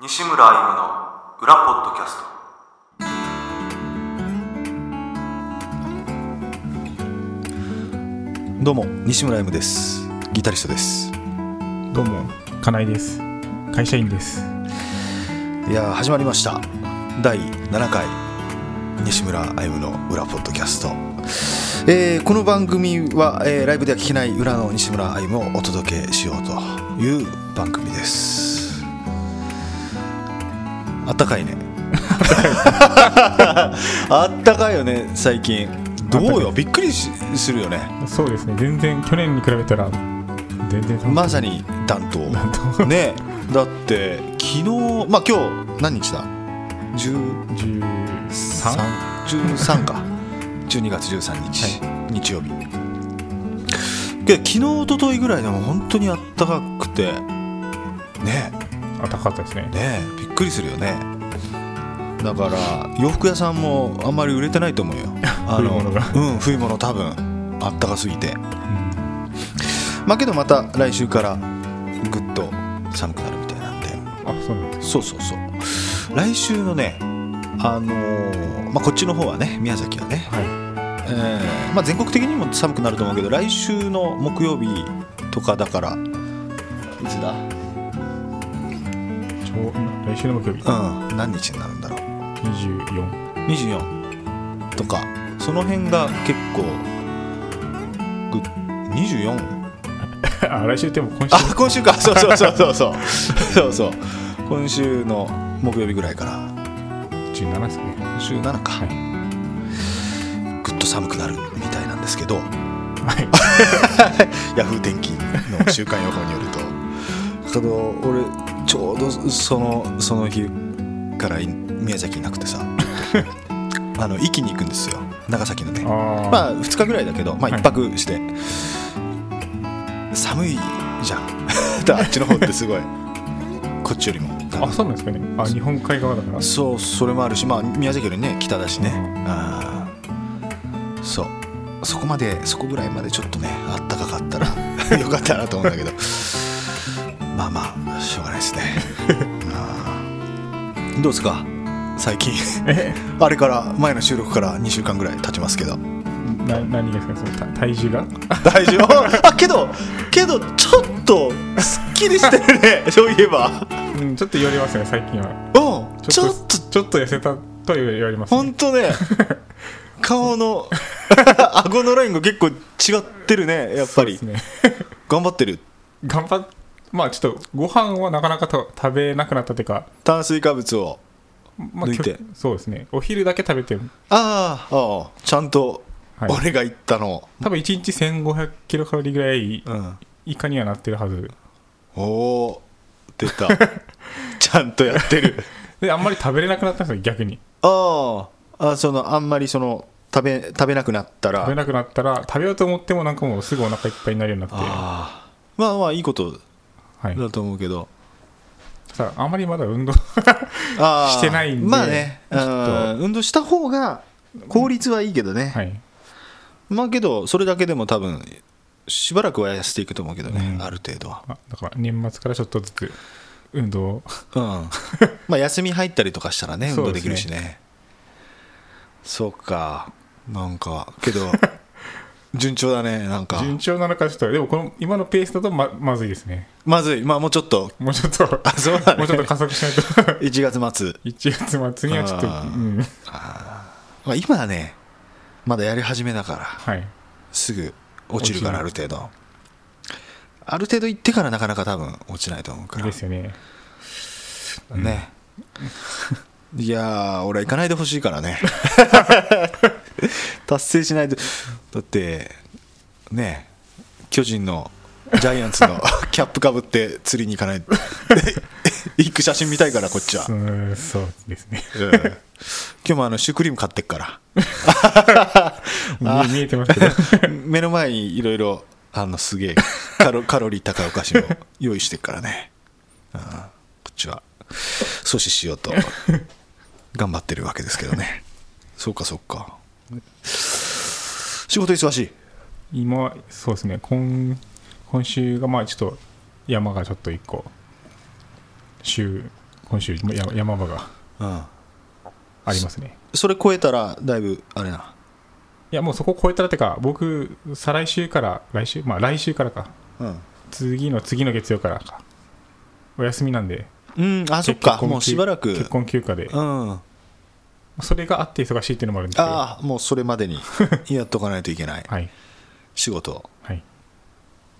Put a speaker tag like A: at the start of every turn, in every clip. A: 西村歩夢の裏ポッドキャスト
B: どうも西村 M ですギタリストです
C: どうも、金井です。会社員です。
B: いやー始まりました第7回西村歩夢の裏ポッドキャスト、えーこの番組は、えーライブでは聞けない裏の西村歩夢をお届けしようという番組ですあったかいねあったかいよね最近どうよびっくりしするよね
C: そうですね、全然去年に比べたら、全然寒い
B: まさに暖冬ねだって昨日まあ今日何日だ
C: 13
B: 1313か12月13日、日曜日で昨日一昨日ぐらいでも本当にあったかくてね
C: 暖かかったですね。
B: ねびっくりするよねだから洋服屋さんもあんまり売れてないと思うよあの
C: 冬物が
B: うん冬物多分あったかすぎてまあけどまた来週からぐっと寒くなるみたいなんで
C: あ、そうなんです。
B: そうそうそう来週のねあのーまあこっちの方はね宮崎はね、
C: は
B: えーまあ、全国的にも寒くなると思うけど来週の木曜日とかだからいつだ
C: い。ちょう来週の木曜日、
B: うん何日になるんだろう
C: 24。
B: 24とかその辺が結構ぐ 24?
C: あ、来週っても今週。
B: あ今週かそうそうそうそうそう そうそう今週の木曜日ぐらいから
C: 17ですね。
B: 今週7か、
C: はい
B: ぐっと寒くなるみたいなんですけど
C: はい。
B: ヤフー天気の週間予報によるとあの俺ちょうどそのその日からい宮崎いなくてさ あの壱岐に行くんですよ長崎のね
C: あ
B: ま
C: あ、
B: あ2日ぐらいだけど、まあ、
C: はい
B: 1泊して、寒いじゃん あっちの方ってすごいこっちよりも
C: あ、そうなんですかね。あ、日本海側だから。
B: そうそれもあるし、まあ、宮崎よりね北だしねあーそうそこまでそこぐらいまでちょっとねあったかかったら よかったなと思うんだけどまあまあしょうがないですねあーどうですか最近
C: え、
B: あれから前の収録から2週間ぐらい経ちますけど
C: な、何がですかね、その体体重が。
B: 大丈夫あけどけどちょっとすっきりしてるねそういえば
C: うん、ちょっと言われますね、最近は。
B: うんちょっと
C: ちょっと痩せたとは言われますね。
B: ほんと ね顔の顎のラインが結構違ってるねやっぱり、
C: そうですね。
B: 頑張ってる
C: 頑張っまあちょっとご飯はなかなかと食べなくなったというか、
B: 炭水化物を
C: まあ、
B: 抜いて
C: きょそうですねお昼だけ食べて
B: ああああちゃんと
C: はい
B: 俺が言ったのを、
C: 多分1日1500キロカロリーぐらい
B: うん、
C: 以下にはなってるはず
B: おお出 たちゃんとやってる
C: であんまり食べれなくなったんですよ逆に
B: あああそのあんまりその食べ食べなくなったら
C: 食べなくなったら食べようと思ってもなんかもうすぐお腹いっぱいになるようになって
B: ああまあまあいいこと
C: はい、
B: だと思うけど
C: さああまりまだ運動
B: あー
C: してないんで
B: まあね
C: ちょっと
B: うん運動した方が効率はいいけどね、
C: はい
B: まあけどそれだけでも多分しばらくは痩せていくと思うけどね、
C: うん
B: ある程度は、
C: まあだから年末からちょっとずつ運動を
B: うんまあ休み入ったりとかしたらね運動できるしねそうかなんかけ ど順調だねなんか
C: 順調なのかちょっとでもこの今のペースだとままずいですね
B: まずいまあもうちょっと
C: もうちょっと
B: あそうだね
C: もうちょっと加速しないと
B: 1月末、
C: 1月末にはちょっと、う
B: あー
C: ん、
B: まあ、今はねまだやり始めだから
C: はい
B: すぐ落ちるからある
C: 落
B: 程度ある程度行ってからなかなか多分落ちないと思うから
C: ですよね
B: ねいやー俺は行かないでほしいから ね達成しないとだってね巨人のジャイアンツの キャップかぶって釣りに行かない 行く写真見たい からこっちは、うん
C: うんそうですね
B: 今日もあのシュークリーム買ってっから
C: もう見えてますけど
B: 目の前にいろいろあのすげえカ ロカロリー高いお菓子を用意してっからねあーこっちは阻止しようと頑張ってるわけですけどねそうかそうか仕事忙しい
C: 今そうですね今今週がまあちょっと山がちょっと一個週本州もや山場が
B: うん、
C: ありますね
B: それ超えたらだいぶあれない
C: やもうそこ超えたらってか僕再来週から来週まあ来週からか
B: うん、
C: 次の次の月曜からかお休みなんで
B: うん、あそっ
C: 結
B: か
C: 婚
B: もうしばらく
C: 結婚休暇で
B: うん
C: それがあって忙しいっていうのもあるんですけど
B: ああもうそれまでにやっとかないといけない
C: はい
B: 仕事
C: はい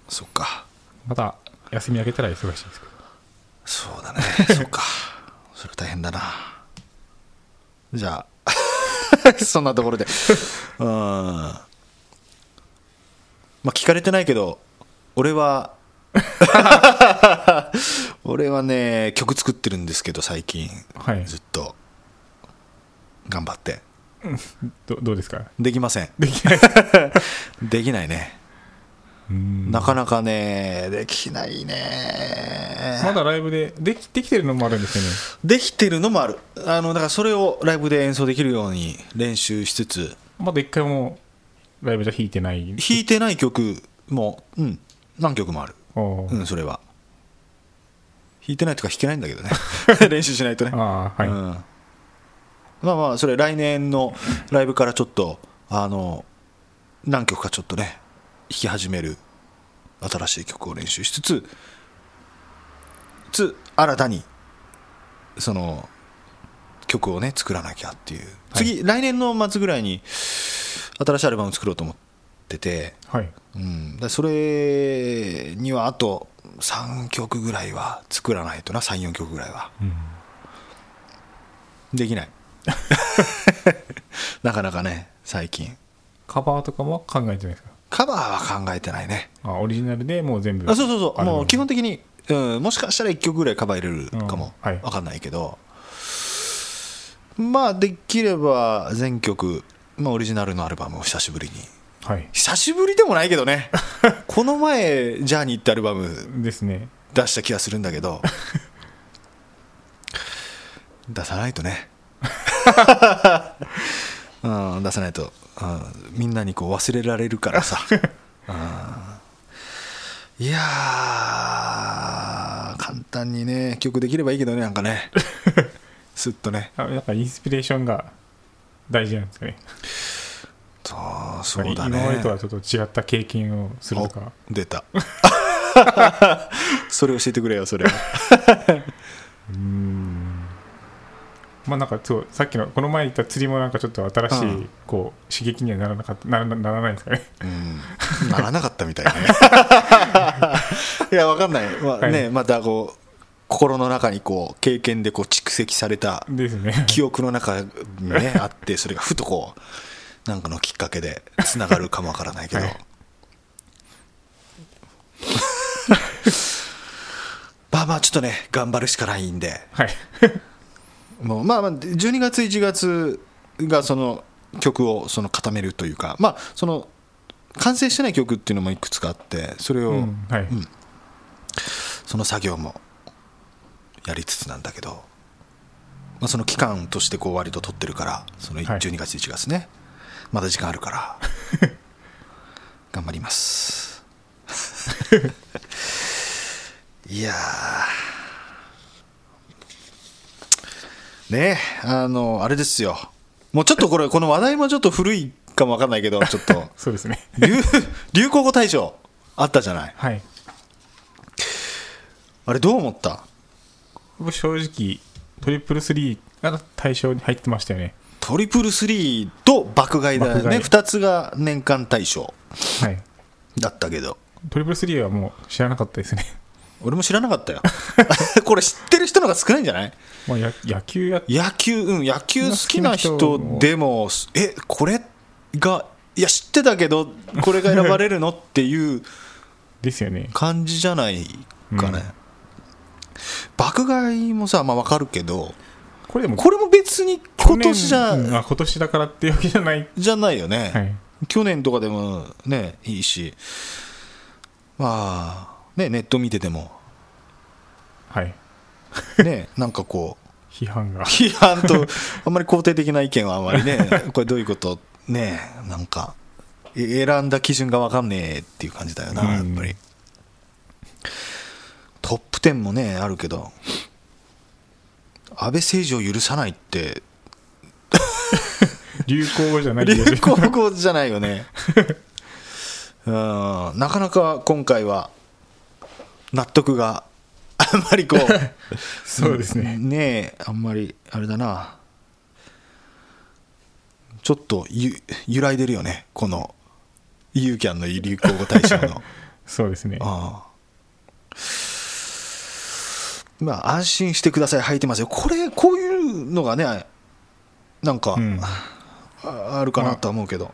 B: そっか
C: また休み明けたら忙しいですけど
B: そう だねそっかそれは大変だなじゃ あそんなところでうんまあ聞かれてないけど俺 は俺はね曲作ってるんですけど最近
C: はい
B: ずっと頑張って
C: どどうですか
B: できません
C: できない
B: できないね
C: うん
B: なかなかねできないね
C: まだライブでできできてるのもあるんですよね
B: できてるのもあるあのだからそれをライブで演奏できるように練習しつつ
C: まだ一回もライブじゃ弾いてない
B: 弾いてない曲も、うん、何曲もある、
C: おー
B: うん、それは弾いてないとか弾けないんだけどね 練習しないとね、
C: ああはい、
B: うん、まあまあそれ来年のライブからちょっとあの何曲かちょっとね弾き始める新しい曲を練習しつつつ新たにその曲をね作らなきゃっていう次、来年の末ぐらいに新しいアルバム作ろうと思ってて、
C: はい
B: うん、でそれにはあと3曲ぐらいは作らないとな34曲ぐらいは
C: うん
B: できない なかなかね最近
C: カバーとかも考えてないですか
B: カバーは考えてないね
C: あオリジナルでもう全部
B: あそうそうそう
C: アルバム
B: もう基本的に、うん、もしかしたら1曲ぐらいカバー入れるかも
C: うんはい
B: 分かんないけど、まあできれば全曲、まあ、オリジナルのアルバムを久しぶりに
C: はい
B: 久しぶりでもないけど ねこの前「ジャーニー」ってアルバム
C: ですね
B: 出した気がするんだけど 出さないとね、 うん、出さないと、うんみんなにこう忘れられるから さ、うんいやー簡単にね曲できればいいけどねなんか ねすっとね
C: あやっぱインスピレーションが大事なんですかね
B: そうそうだね
C: 今までとはちょっと違った経験をするとか
B: お出た それ教えてくれよそれ
C: まあなんかそうさっきのこの前言った釣りもなんかちょっと新しい、
B: うん
C: こう刺激にはならなかったならなならないんですかね
B: うんならなかったみたいね。 いや、わかんない。まあ、
C: は
B: ね、またこう、心の中にこう、経験でこう蓄積された
C: ですね
B: 記憶の中に ね、あって、それがふとこう、なんかのきっかけでつながるかもわからないけど。
C: はい
B: まあまあ、ちょっとね、頑張るしかないんで、
C: はい
B: もうまあまあ、12月、1月がその曲をその固めるというか、まあ、その、完成してない曲っていうのもいくつかあって、それを、
C: うんはい、
B: んその作業もやりつつなんだけど、まあ、その期間としてこう割と取ってるからその
C: はい
B: 12月1月ね、まだ時間あるから頑張ります いやーねえあのあれですよもうちょっとこれこの話題もちょっと古いかもわかんないけどちょっ と
C: そうですね
B: 流流行語大賞あったじゃない
C: はい
B: あれどう思った
C: 僕正直トリプルスリーが対象に入ってましたよね
B: トリプルスリーと爆買いだよ
C: 爆
B: ね
C: 買い
B: 2つが年間大賞
C: はい
B: だったけど
C: トリプルスリーはもう知らなかったですね
B: 俺も知らなかったよこれ知ってる人の方が少ないんじゃない
C: まあや野球やっ
B: 野球うん野球好きな
C: 好きな人
B: 人
C: も
B: でもえこれがいや知ってたけどこれが選ばれるのっていう
C: ですよね
B: 感じじゃないかね、
C: うん
B: 爆買いもさまあわかるけど
C: これでも
B: これも別に今年じゃ
C: うんあ今年だからっていうわけじゃない
B: じゃないよね、
C: はい
B: 去年とかでもねいいしまあねネット見てても
C: はい
B: ね なんかこう
C: 批判が
B: 批判 とあんまり肯定的な意見はあんまりねこれどういうことねなんかえ選んだ基準が分かんねえっていう感じだよなやっ
C: うん
B: ぱりトップ10もねあるけど安倍政治を許さないって
C: 流行じゃない
B: 流
C: です
B: 行語じゃないよねうんなかなか今回は納得があんまりこ う
C: そうですね
B: ねえあんまりあれだなちょっとゆ揺らいでるよねこのユーキャンの流行語大賞 の
C: そうですね
B: ああまあ安心してください履いてますよこれこういうのがねなんか、
C: うん
B: ああるかなとは思うけど、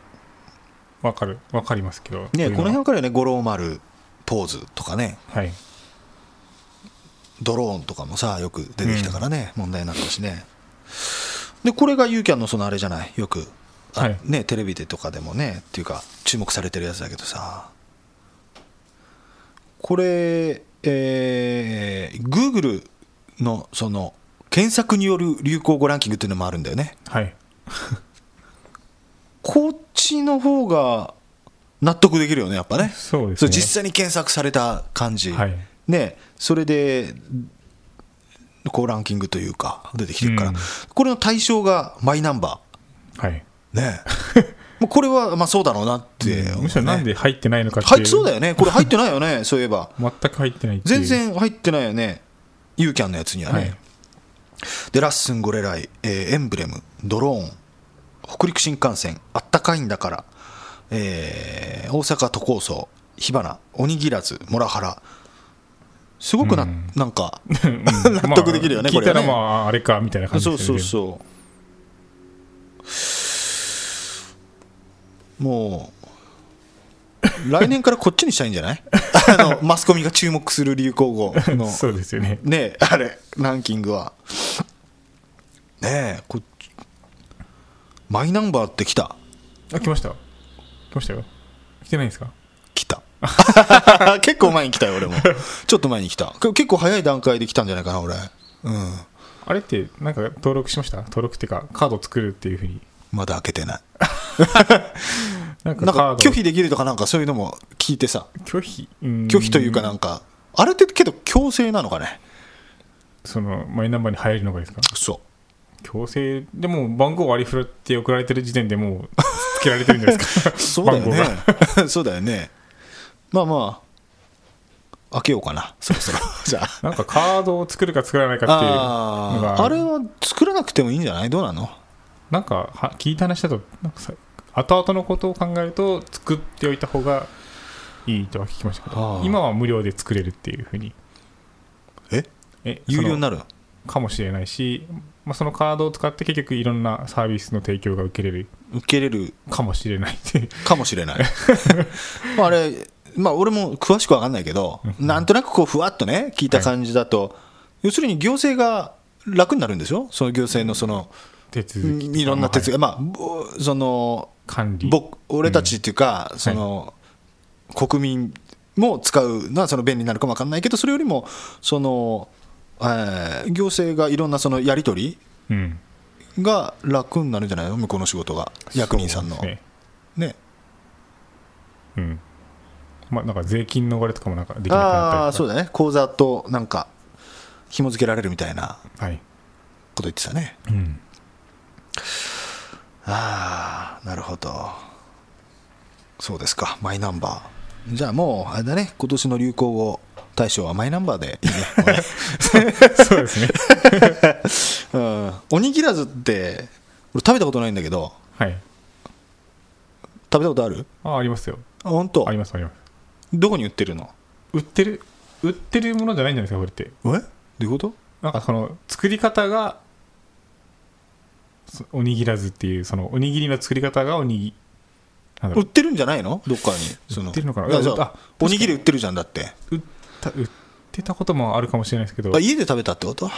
C: わかるわかりますけど
B: ね、
C: そういう
B: この
C: は
B: 辺からよね五郎丸ポーズとかね
C: はい
B: ドローンとかもさよく出てきたからね、問題になったしねでこれがユーキャンのそのあれじゃないよく、あ
C: はい
B: ね、テレビでとかでもねっていうか注目されてるやつだけどさこれえー、Google のその検索による流行語ランキングっていうのもあるんだよね
C: はい
B: こっちの方が納得できるよねやっぱね
C: そうです
B: そう
C: ね
B: 実際に検索された感じ、
C: はい
B: ね、それでこうランキングというか出てきてるから、
C: うん
B: これの対象がマイナンバ
C: はい
B: ー ねもうこれはまあそうだろうなって、
C: むしろなんで入ってないのかって
B: 入
C: い
B: っ
C: う
B: そうだよねこれ入ってないよねそういえば
C: 全く入 ってないっていう
B: 全然入ってないよねユーキャンのやつにはね、
C: はい
B: でラッスンゴレライ、えーエンブレムドローン北陸新幹線あったかいんだから、えー大阪都構想火花鬼ぎらずモラハラすごくな,、
C: うん
B: なん か
C: うん
B: 納得できるよね
C: ま
B: こ
C: あ
B: れはね
C: 聞いたらまああれかみたいな感じ
B: そ
C: で
B: う
C: すよ
B: そう
C: ね
B: そうもう来年からこっちにしたいんじゃない あのマスコミが注目する流行語の
C: そうですよね
B: ねえあれランキングはねえこっちマイナンバーって来た
C: あ来ました来ましたよ来てないんですか
B: 来た 結構前に来たよ俺もちょっと前に来たけ結構早い段階で来たんじゃないかな俺うん
C: あれってなんか登録しました登録っていうかカード作るっていうふうに
B: まだ開けてない
C: なんか
B: なん
C: カー
B: か
C: ド
B: 拒否できるとかなんかそういうのも聞いてさ
C: 拒否うん
B: 拒否というかなんかあれってけど強制なのかね
C: そのマイナンバーに入るのがですか
B: そ
C: 強制でもう番号割り振って送られてる時点でもう つけられてるんじゃないです か
B: うそうだよね
C: 番
B: そうだよねまあまあ開けようかなそろ そろじゃあ
C: なんかカードを作るか作らないかっていうの
B: あ
C: が
B: ーあれは作らなくてもいいんじゃないどうなの
C: なんかは聞いた話だとなんかさ後々のことを考えると作っておいた方がいいとは聞きましたけ
B: あ
C: ど
B: ー
C: 今は無料で作れるっていうふうに
B: え
C: え
B: 有料に
C: その
B: なるの
C: かもしれないし、まあ、そのカードを使って結局いろんなサービスの提供が受けれる
B: 受けれる
C: かもしれないっていう
B: かもし れないまああれまあ俺も詳しく分かんないけどなんとなくこうふわっとね聞いた感じだと、要するに行政が楽になるんでしょその行政のその
C: 手続きとか
B: いろんな手
C: はい
B: 続きまあぼその
C: 管理
B: 僕俺たちっていうか、その国民も使うのはその便利になるかもわかんないけどそれよりもその、えー行政がいろんなそのやり取
C: うん
B: りが楽になるんじゃないの向こうの仕事が役人さんの
C: そうですね
B: ね
C: うんまあなんか税金の割れとかもなんかできなくなったりと
B: あ
C: か
B: あそうだね口座となんか紐付けられるみたいな
C: はい、
B: こと言ってたね
C: うん、
B: ああなるほどそうですかマイナンバーじゃあもうあれだね今年の流行語大賞はマイナンバーでいいねもうね
C: そうですね
B: うん、おにぎらずって俺食べたことないんだけど
C: はい
B: 食べたことある
C: あありますよ
B: あ本当
C: ありますあります
B: どこに売ってるの
C: 売ってる売ってるものじゃないんじゃないですかこれって
B: えどういうこと
C: なんかその作り方がそおにぎらずっていうそのおにぎりの作り方がおにぎなんだろ
B: 売
C: う
B: ってるんじゃないのどっかにそ
C: 売ってるのかない
B: やじゃ
C: いやあ
B: あおにぎり売ってるじゃんだって
C: 売った売ってたこともあるかもしれないですけど
B: あ家で食べたってこと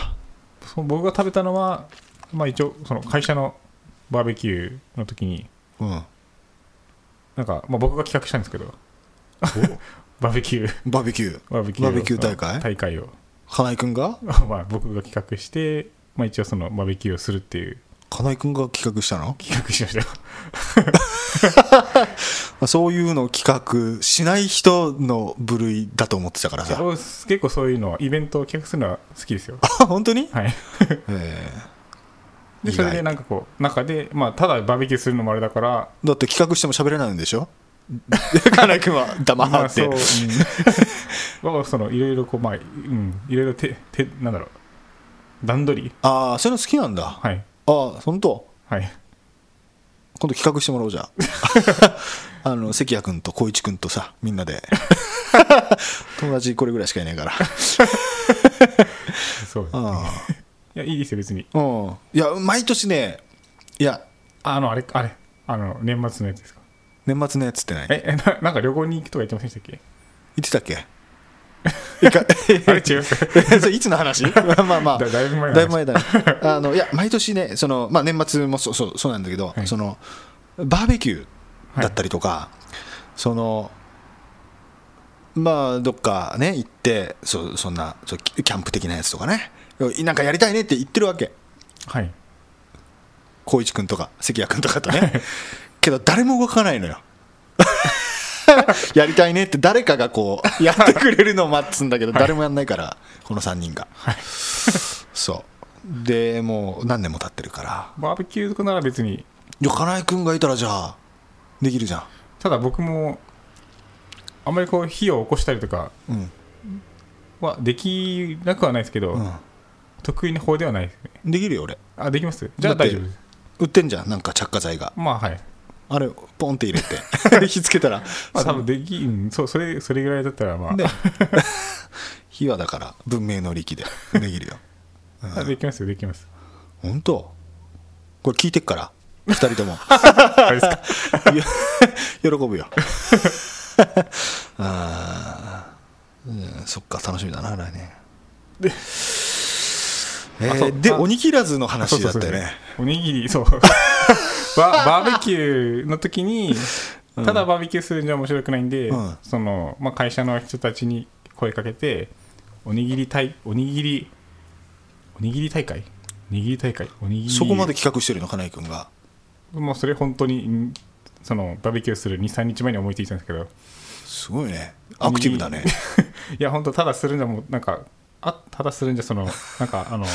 C: その僕が食べたのは、まあ、一応その会社のバーベキューの時に
B: うん
C: なんか、まあ、僕が企画したんですけど バーベキュー
B: バーベキュー
C: バーベキュー
B: バ
C: を
B: ーベキュー大会
C: 大会を
B: 花井君が
C: まあ僕が企画して、まあ、一応そのバーベキューをするっていう
B: 金井君が企画したの
C: 企画しましたよ。
B: まあそういうのを企画しない人の部類だと思ってたからさ。
C: 僕結構 そういうのは、イベントを企画するのは好きですよ。
B: あ、 本当に、
C: はい。
B: ええ
C: で、それでなんかこう、中で、まあ、ただバーベキューするのもあれだから、
B: だって企画しても喋れないんでし ょ金井君は
C: ま
B: 黙っ
C: あ、
B: て。
C: そう、うん僕 はその、いろいろこう、まあ、うん、いろいろて、て、なんだろう、段取り
B: ああ、そういうの好きなんだ。あ
C: はい。
B: あ、本当
C: はい。
B: 今度企画してもらおう じゃん。あの、関谷君と光一君とさ、みん なで。友達これぐらいしかいないから。
C: そう。い
B: あ
C: や、いいですよ、別に。
B: あうん。いや、毎年ね、いや、
C: あの、あれ、あれ、あの、年末のやつですか。
B: 年末のやつってない
C: え、えななんか旅行に行くとか言ってませんでしたっけ
B: 言ってたっけいか
C: あれ違います
B: それいつの話まあまあまあ。
C: だだいぶ前の話
B: だいぶ前だね。あの、いや、毎年ね、その、まあ年末もそう、そう、そうなんだけど、
C: はい
B: その、バーベキューだったりとか、その、まあ、どっかね、行って、そそんなそう、キキャンプ的なやつとかね、なんかやりたいねって言ってるわけ。
C: はい。
B: 光一君とか関谷君とかとね けど誰も動かないのよ やりたいねって誰かがこう やってくれるのを待つんだけど 誰もやんないからこの3人が、そうでもう何年も経ってるから
C: バーベキューとかなら別に、
B: いや金井君がいたらじゃあできるじゃ
C: ただ僕も、あんまりこう、火を起こしたりとか
B: んうん
C: はできなくはないですけど、
B: う
C: 得意な方ではないですね。
B: んできるよ俺
C: あ、できますじゃあ
B: だっ
C: 大
B: て
C: 丈夫です。
B: 売ってんじゃんなんか着火剤が
C: まあ、はい。
B: あれポンって入れて 火つけたら、
C: まあ、多分でき、うん、そう、それ、それぐらいだったら、まあ、
B: ね 火はだから文明の力でできるよ
C: あできますよ、でき ます。
B: 本当これ聞いてっから2人とも
C: あれですか。
B: いや喜ぶよ あーうんそっか楽しみだな来年
C: で
B: え
C: あそ
B: ー
C: う
B: で
C: あ
B: 鬼切らずの
C: そう
B: 話
C: そ
B: だ
C: う
B: っ
C: そう
B: たよね。
C: おにぎ り、そう。ババーベキューの時に、ただバーベキューするんじゃ面白くないんで、
B: うん
C: その、まあ、会社の人たちに声かけて、おにぎり大、おにぎり、おにぎり大会おにぎり大会おにぎり。
B: そこまで企画してるの金井君が
C: もうそれ本当に、んその、バーベキューする2、3日前に思いついたんですけど、
B: すごいねアクティブだね
C: いや、本当ただするんじゃもう、なんか、あただするんじゃ、その、なんか、あの、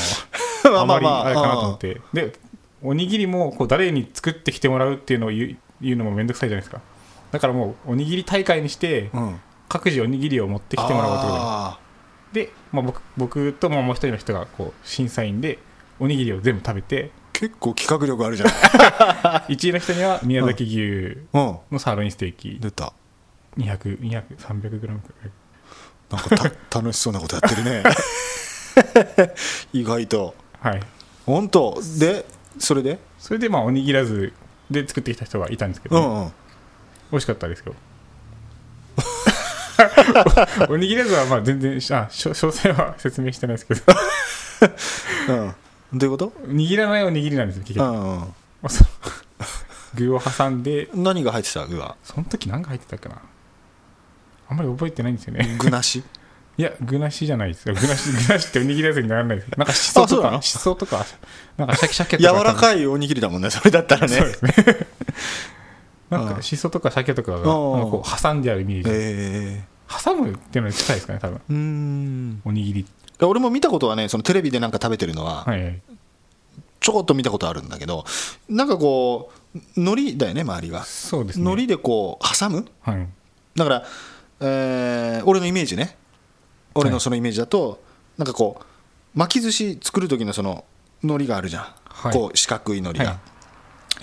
B: ま
C: あ
B: あ ま
C: ま
B: あ
C: り
B: ま
C: あれかなと思
B: あ
C: っ、て。で、おにぎりもこう誰に作ってきてもらうっていうのを言う言うのもめんどくさいじゃないですか。だからもう、おにぎり大会にして、
B: うんうん、
C: 各自おにぎりを持ってきてもらおうってことなん
B: あ
C: ですで、まあ、僕僕ともう一人の人がこう審査員で、おにぎりを全部食べて、
B: ー結構企画力あるじゃ ない、
C: 1位の人には宮崎牛
B: うん、
C: のサーロインステーキ、
B: 出た
C: 200、200、300グラムくらい。
B: なんかた楽しそうなことやってる ね意外と
C: はい。
B: 本当でそれで
C: それで、まあ、おにぎらずで作ってきた人がいたんですけ
B: う
C: ど、
B: んうん
C: 美味しかったですよ おにぎらずはまあ全然しあしょ詳細は説明してないですけど
B: うんどういうこと
C: 握らないおにぎりなんですよ結
B: う
C: 局
B: んうん
C: まあその 具を挟んで
B: 何が入ってた具は
C: その時何が入ってたかなあんまり覚えてないんですよね
B: 具なし
C: いや具なしじゃないですよ具なし具なしっておにぎらずにならないですなんかしそ
B: あそう
C: と
B: な
C: か
B: の
C: しそとかなんかシャキシャキ と
B: 柔
C: か
B: らかいおにぎりだもんねそれだったらね
C: そうですねなんかしそとか鮭とかがなんかこう挟んであるイメージ
B: え
C: 挟むっていうのに近いですかね多分
B: ー、うーん
C: おにぎり
B: いや俺も見たことはねそのテレビでなんか食べてるのは
C: はいはい
B: ちょこっと見たことあるんだけどなんかこう海苔だよね周りは
C: そうですね
B: 海苔でこう挟む
C: はい
B: だから、えー俺のイメージね俺のそのイメージだと、なんかこう巻き寿司作る時のその海苔があるじゃん、
C: はい
B: こう四角い海苔が、
C: はい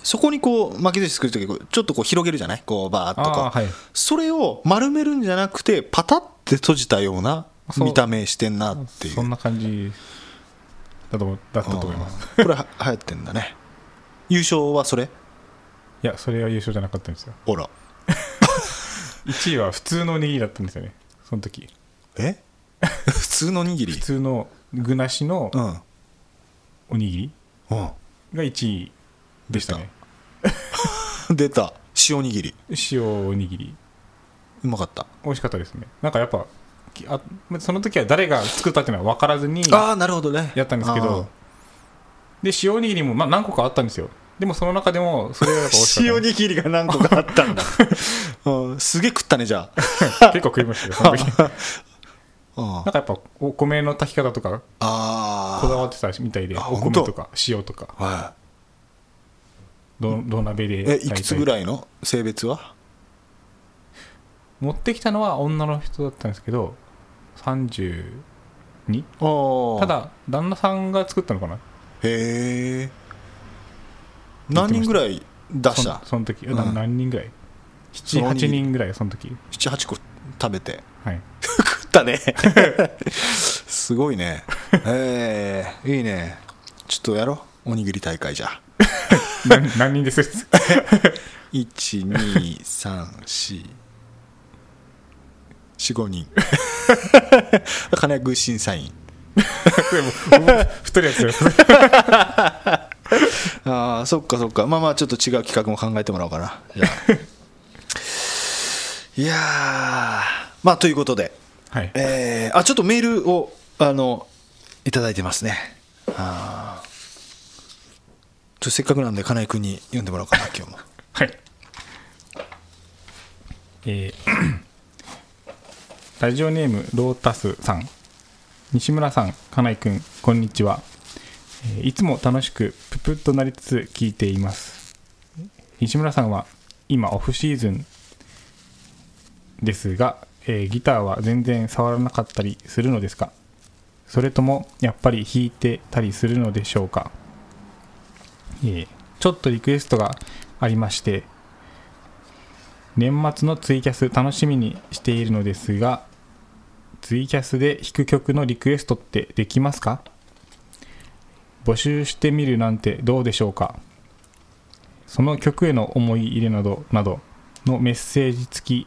B: そこにこう巻き寿司作る時こうちょっとこう広げるじゃないこうバーっとこう、
C: あーはい
B: それを丸めるんじゃなくてパタって閉じたような
C: そう
B: 見た目してんなっていう
C: そんな感じだと思だったと思います
B: うんこれは流行ってんだね優勝はそれ
C: いやそれは優勝じゃなかったんですよ
B: ほら
C: 1位は普通のおにぎりだったんですよねその時
B: え 普通のおにぎり
C: 普通の具なしの
B: うんうん
C: おにぎりが1位でしたね
B: 出た塩おにぎり
C: 塩おにぎり
B: うまかった
C: 美味しかったですねなんかやっぱきあその時は誰が作ったっていうのは分からずに
B: ああなるほどね
C: やったんですけ
B: あー
C: どで塩おにぎりも、まあ、何個かあったんですよでもその中でもそれがやっぱ美味しかっ た
B: 塩にぎりが何個かあったん だ、うん、すげえ食ったねじゃ
C: 結構食いましたよ その時なんか
B: ああ
C: やっぱお米の炊き方とか
B: あ
C: こだわってたみたいで
B: ああ
C: お米とか塩とか
B: は
C: ど土鍋で
B: い、えいくつぐ
C: い
B: らいの性別は
C: 持ってきたのは女の人だったんですけど32
B: あ
C: ただ旦那さんが作ったのかな
B: へえ何人ぐらい出し
C: そん
B: た
C: その時、
B: うん
C: な何人ぐらい
B: そのおにぎ
C: 78
B: り
C: 人ぐらいその時
B: 78個食べて
C: はい
B: 食ったね すごいねええいいねちょっとやろうおにぎり大会じゃ
C: な何人です
B: 12345人 金具審査員
C: 太るやつです
B: ああそっかそっかまあまあちょっと違う企画も考えてもらおうかなじゃ あいやーまあということで
C: はい
B: えーあちょっとメールをあのいただいてますねあーちょっとせっかくなんで金井君に読んでもらおうかな今日も
C: はい。えー ラジオネーム、ロータスさん。西村さん、金井くん、こんにちは。えーいつも楽しく、ぷぷっとなりつつ聞いています。西村さんは、今、オフシーズンですが、えーギターは全然触らなかったりするのですかそれとも、やっぱり弾いてたりするのでしょうかえーちょっとリクエストがありまして年末のツイキャス楽しみにしているのですがツイキャスで弾く曲のリクエストってできますか募集してみるなんてどうでしょうかその曲への思い入れなどなどのメッセージ付き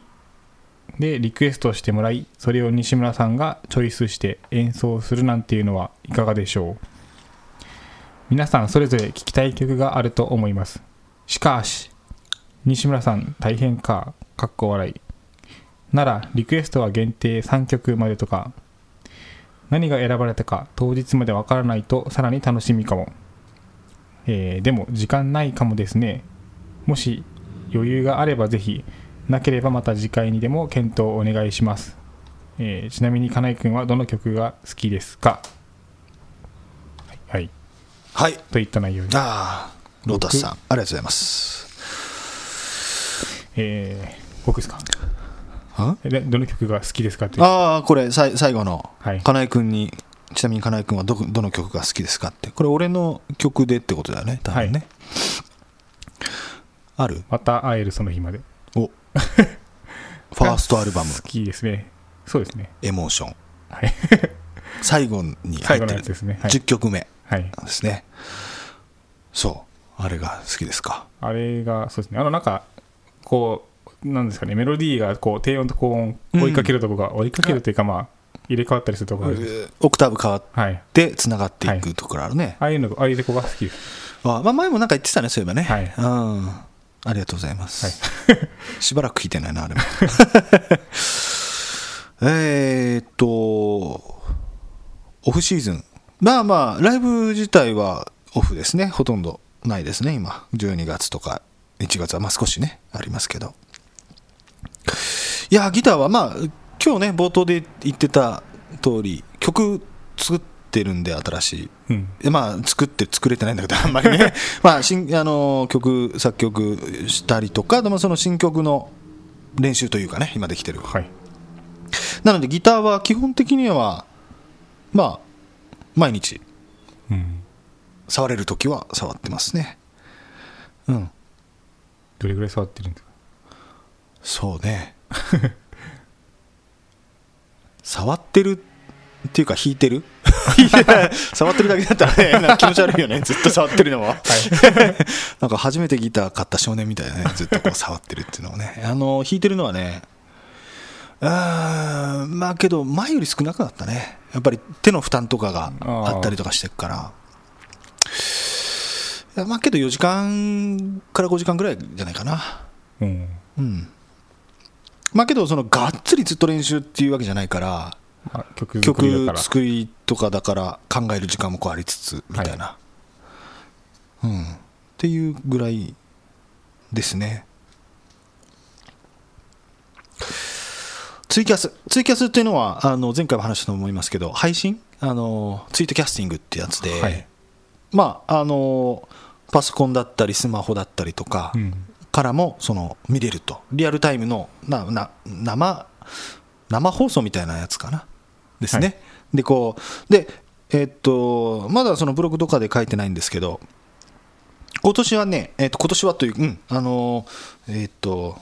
C: でリクエストしてもらいそれを西村さんがチョイスして演奏するなんていうのはいかがでしょう皆さんそれぞれ聞きたい曲があると思いますしかし西村さん大変かかっこ笑いならリクエストは限定3曲までとか何が選ばれたか当日までわからないとさらに楽しみかも、えーでも時間ないかもですねもし余裕があればぜひなければまた次回にでも検討お願いします、えーちなみに金井くんはどの曲が好きですかはい、はい、
B: はい
C: といった内容です
B: ああロータスさんありがとうございます
C: えー、僕ですか
B: ん
C: えでどの曲が好きですかっていう
B: ああこれさい最後の
C: はい
B: 金井君にちなみに金井君はどこどの曲が好きですかってこれ俺の曲でってことだよね多分ね、ある
C: また会えるその日まで
B: おファーストアルバム
C: 好きですねそうですね
B: 「エモーション
C: はい」
B: 最後に入
C: 最
B: っ
C: 後
B: てる
C: のやつですねはい、
B: 10曲目
C: はい、
B: なんですねそうあれが好きですか
C: あれがそうですねあのなんかこうなんですかねメロディーがこう低音と高音追いかけるとこが、追いかけるというかまあ入れ替わったりするとこがあるんです
B: オクターブ変わっ
C: はい
B: てつながってい
C: は
B: くところあるね、
C: ああいうのああいうとこが好きです
B: あまあ、前もなんか言ってたねそういえばね、
C: はい
B: うんありがとうございます、 しばらく聞いてないなあれもえーっとオフシーズンまあまあライブ自体はオフですねほとんどないですね今12月とか1月はまあ少しねありますけどいやギターはまあ今日ね冒頭で言ってた通り曲作ってるんで新しい
C: うん
B: でまあ、作って作れてないんだけど、あんまりね、まあ、新あの曲、作曲したりとか、でもその新曲の練習というかね、今できてる、
C: はい
B: なのでギターは基本的には、まあ、毎日、
C: うん
B: 触れるときは触ってますね。うん、
C: どれぐらい触ってるんですか
B: そうね。 触ってるっていうか、弾いてる 触ってるだけだったら ね、なんか気持ち悪いよね、ずっと触ってるのは。 なんか初めてギター買った少年みたいなね、ずっとこう触ってるっていうのをね、あの弾いてるのはね、うーん、まあけど、前より少なくなったね、やっぱり手の負担とかがあったりとかしてるから、いやまあけど4時間から5時間ぐらいじゃないかな、
C: うん
B: うん。まあけど、そのがっつりずっと練習っていうわけじゃないから、
C: まあ曲作りだ
B: 曲
C: から
B: 作りとかだから考える時間もこうありつつみたいな、うん、っていうぐらいですねツイキャスツイキャスっていうのはあの前回も話したと思いますけど配信あのツイートキャスティングってやつで、
C: はい
B: まああのパソコンだったりスマホだったりとか
C: うん
B: からもその見れるとリアルタイムのなな生生放送みたいなやつかなですね、
C: はい
B: でこうでえっとまだそのブログとかで書いてないんですけど今年はね、えっと今年はという、うん、あのーえっと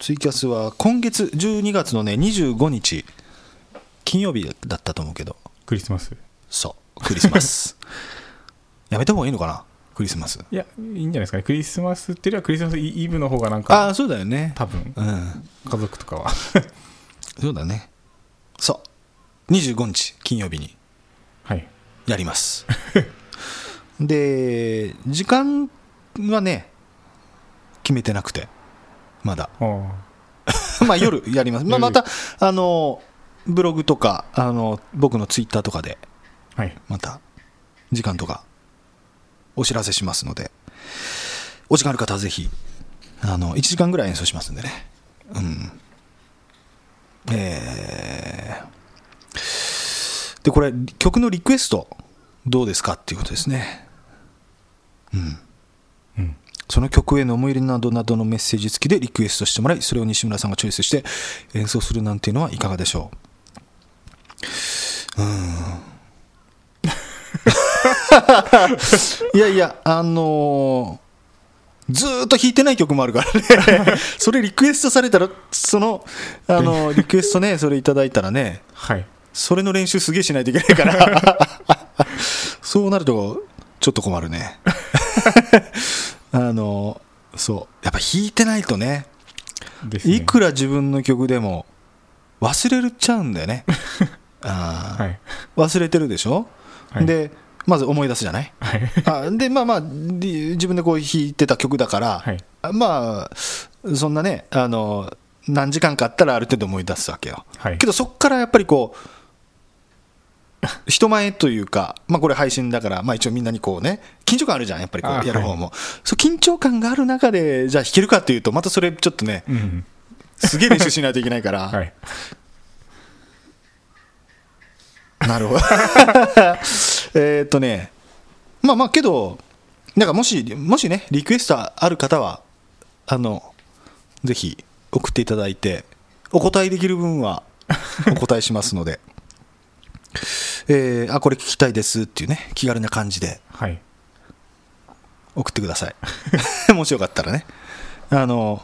B: ツイキャスは今月12月のね25日金曜日だったと思うけど
C: クリスマス
B: そうクリスマ スやめた方がいいのかなクリスマス
C: いやいいんじゃないですかねクリスマスっていうよりはクリスマスイイブの方がなん
B: ああ
C: か
B: ーそうだよね
C: 多分
B: うん
C: 家族とかは
B: そうだねそう25日金曜日に
C: はい
B: やります で時間はね決めてなくてまだ
C: あー
B: まあ夜やります、まあ、
C: 夜
B: またあのブログとかあの僕のツイッターとかで
C: はい
B: また時間とかお知らせしますのでお時間ある方はぜひあの1時間ぐらい演奏しますんでねうんえーでこれ曲のリクエストどうですかっていうことですね
C: うん
B: その曲への思い入れなどなどのメッセージ付きでリクエストしてもらいそれを西村さんがチョイスして演奏するなんていうのはいかがでしょういやいや、あのーずーっと弾いてない曲もあるから ね、それリクエストされたら、その、あのーリクエストね、それいただいたらね、
C: はい
B: それの練習すげえしないといけない から、そうなると、ちょっと困る ね。あのーそう、やっぱ弾いてないとね、
C: ですね
B: いくら自分の曲でも、忘れちゃうんだよ ね。あー
C: はい
B: 忘れてるでしょ、
C: はい
B: で、まず思い出すじゃない
C: はい
B: あでまあまあで自分でこう弾いてた曲だから、
C: はい
B: まあそんなねあの何時間かあったらある程度思い出すわけよ、
C: はい
B: けどそっからやっぱりこう人前というか、まあ、これ配信だから、まあ、一応みんなにこうね緊張感あるじゃんやっぱりこ
C: あは
B: う
C: い
B: やる方も、そう緊張感がある中でじゃあ弾けるかっていうとまたそれちょっとね
C: うん
B: すげえ練習しないといけない から、
C: はい
B: なるほど。 えーっとね、まあまあけど、なんかもし、もしね、リクエストある方は、あの、ぜひ送っていただいて、お答えできる分はお答えします ので、えーあ、これ聞きたいですっていうね、気軽な感じで
C: はい
B: 送ってください。 もしよかったらね。あの、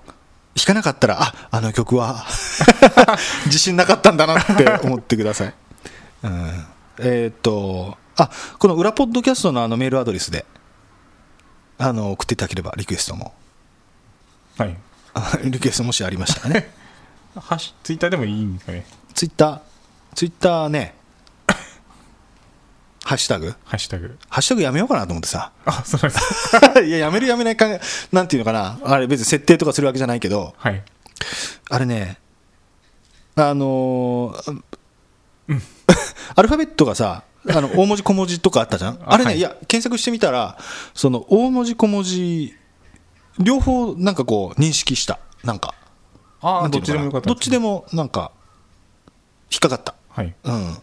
B: 弾かなかったら、あ、あの曲は、 自信なかったんだなって思ってください。うん、えーっと、あ、この裏ポッドキャストのあのメールアドレスで、あの、送っていただければ、リクエストも。
C: はい
B: あリクエストもしありましたらね。
C: ハッシュツイッターでもいいんですかね
B: ツイッター、ツイッターね、ハッシュタグ
C: ハッシュタグ
B: ハッシュタグやめようかなと思ってさ。
C: あそうなんです
B: いや、やめるやめないか、なんていうのかな。あれ別に設定とかするわけじゃないけど、
C: はい
B: あれね、あのー アルファベットがさ、あ の大文字小文字とかあったじゃん、
C: あ
B: あれね、
C: はい
B: い、や、検索してみたら、その大文字小文字、両方なんかこう、認識した、なんか、
C: あ
B: な
C: あ
B: んて
C: ど
B: いう
C: っちでもよ
B: のかな
C: かった
B: どっちで
C: も
B: もなんか、引っかかった、
C: はい
B: うん、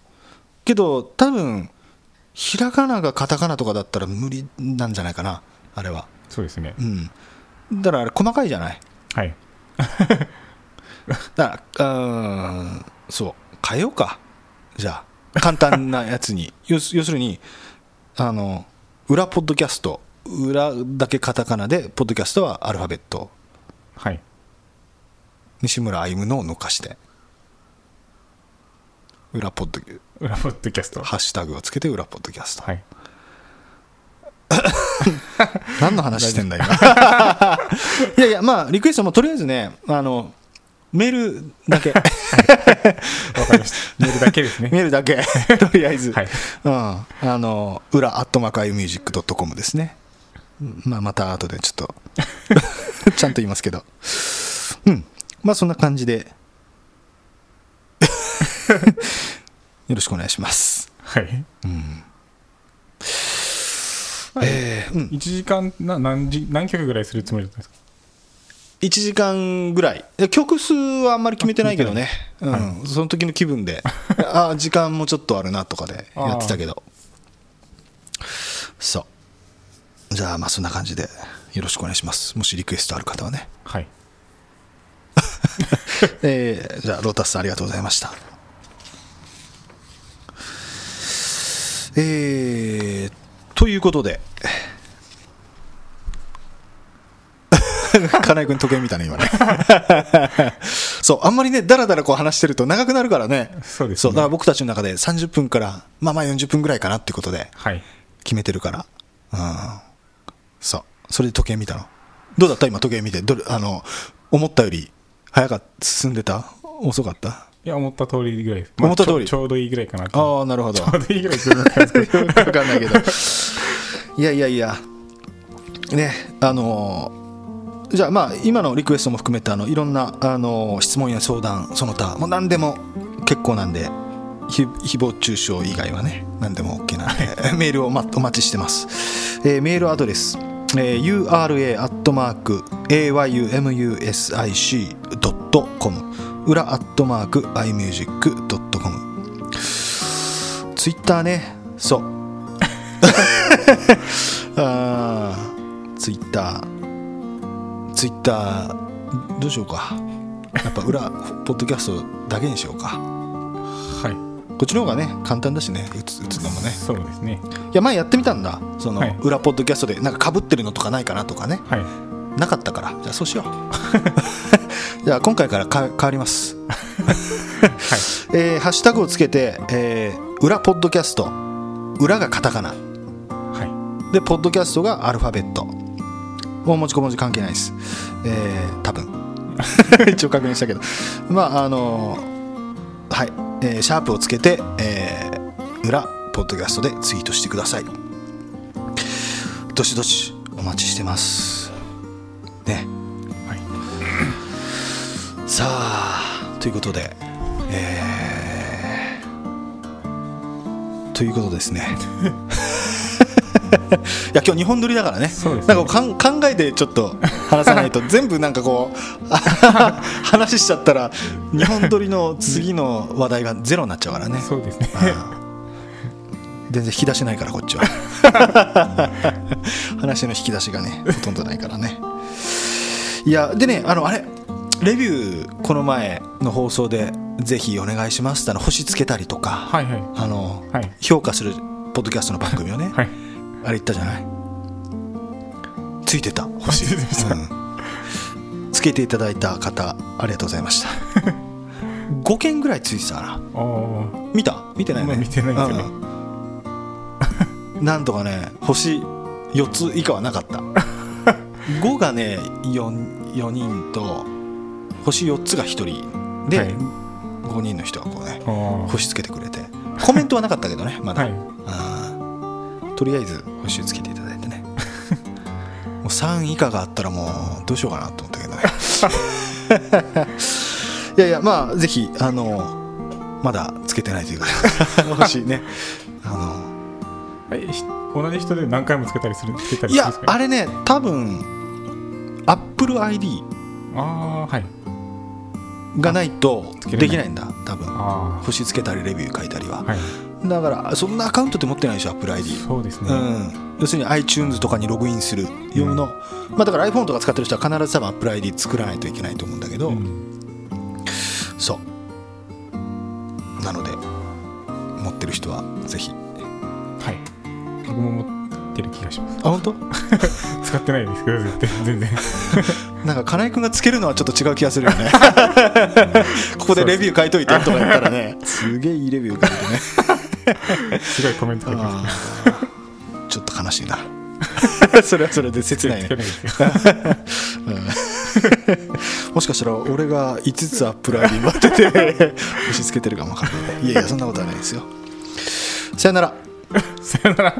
B: けど、多分ひらがながカタカナとかだったら無理なんじゃないかな、あれは。
C: そうですね
B: うん、だからあれ、細かいじゃない。
C: はい
B: だからうーんそう変えようかじゃあ簡単なやつに要す要するにあの裏ポッドキャスト裏だけカタカナでポッドキャストはアルファベット
C: はい
B: 西村歩夢のを抜かして裏ポッド
C: 裏ポッドキャスト
B: ハッシュタグをつけて裏ポッドキャスト、
C: はい
B: 何の話してんだ今いやいやまあリクエストもとりあえずねあのメールだけ
C: わかりま したメールだ けですね
B: メールだけとりあえず、
C: はい
B: うん、あの裏アットマークアイミュージックドットコムですね、まあ、また後でちょっ とちゃんと言いますけどうんまあそんな感じ でよろしくお願いします
C: はい
B: えーうん、
C: 1時間な何時何曲ぐらいするつもりだったんですか
B: 1時間ぐらいで曲数はあんまり決めてないけどね、うん、その時の気分 でああ時間もちょっとあるなとかでやってたけどそうじゃあまあそんな感じでよろしくお願いしますもしリクエストある方はね、
C: はい
B: えーじゃあロータスさんありがとうございましたえー、ということで 金井君時計見たね今ね そうあんまりねだらだらこう話してると長くなるからね
C: そうです
B: そう
C: ね
B: だから僕たちの中で30分からまあまあ40分ぐらいかなってことで
C: はい
B: 決めてるからうんそうそれで時計見たのどうだった今時計見てどれあの思ったより早かっ進んでた遅かった
C: いや思った通りぐらいです、
B: 思った通り
C: ちょちょうどいいぐらいかな と
B: ああ なるほど
C: ちょうどいいぐらいするんですけど
B: よくわかんないけどいやいやいやねあのーじゃあまあ今のリクエストも含めてあのいろんな、あのー質問や相談その他もう何でも結構なんでひ誹謗中傷以外はね何でも OK なんでメールをお待お待ちしてます、えーメールアドレス、えー ura.ayumusic.com 裏アットマーク imusic.com ツイッターねそう あーツイッターツイッターどうしようかやっぱ裏ポッドキャストだけにしようか
C: は
B: こっちの方がね簡単だしね打つ打つのも
C: い
B: ね
C: そうですね
B: いや前やってみたんだその、
C: はい
B: 裏ポッドキャストでなんかかぶってるのとかないかなとかね
C: はい
B: なかったからじゃあそうしよ うじゃあ今回からか変わります、えーハッシュタグをつけて、えー裏ポッドキャスト裏がカタカナ
C: は
B: で、ポッドキャストがアルファベット。大文字小文字関係ないです。えー、多分 一応確認したけど。まあ、あのーはい、えーシャープをつけて、えー裏、ポッドキャストでツイートしてください。どしどしお待ちしてます。ね。
C: いはい
B: さあ、ということで、えーということです ね。 いや今日日本撮りだからね
C: そうですね
B: なんかこうかん考えてちょっと話さない と全部なんかこう あ話しちゃったら日本撮りの次の話題がゼロになっちゃうからね
C: そうですね
B: 全然引き出しないからこっちは話の引き出しがねほとんどないからねいやでねあのあれレビューこの前の放送でぜひお願いしますってあの星つけたりとか、
C: はいはい
B: あの
C: はい
B: 評価するポッドキャストの番組をね、
C: はい
B: あれ言ったじゃないついてた星、うんつけていただいた方ありがとうございま した5件ぐらいついてたかな
C: ああ
B: 見た見てないよね
C: まあ見てないですよね
B: うんなんとかね星4つ以下はなかった 5がね 4, 4人と星4つが1人で、
C: はい
B: 5人の人がこうね
C: ああ
B: 星つけてくれてコメントはなかったけどねまだ、
C: はい
B: うんとりあえず星つけていただいてね もう3以下があったらもうどうしようかなと思ったけどね いやいやまあぜひあのまだつけてないというか 星ねあ
C: えひ同じ人で何回もつけたりするつけた
B: の
C: り
B: い
C: するん
B: や
C: ですか
B: あれね多分 AppleID
C: ああーはい
B: がないと
C: つけれない
B: できないんだ多分
C: あ
B: 星つけたりレビュー書いたりは、
C: あはい
B: だからそんなアカウントって持ってないでしょ AppleID
C: そうですね、
B: うん、要するに iTunes とかにログインする用の、まあ、だから iPhone とか使ってる人は必ず多分 AppleID 作らないといけないと思うんだけど、
C: うん
B: そうなので持ってる人はぜひ
C: はい僕も持ってる気がします
B: あ本当
C: 使ってないですけど絶対全然
B: なんか金井君がつけるのはちょっと違う気がするよ ねここでレビュー書いといてとか言ったらねすげえいいレビュー書いてね
C: すごいコメントが来ま
B: あーちょっと悲しいな それはそれで切ない
C: す
B: ね
C: つけないですよ
B: もしかしたら俺が5つアップライン待ってて押し付けてるかもわかんないいやいやそんなことはないですよさよなら
C: さよなら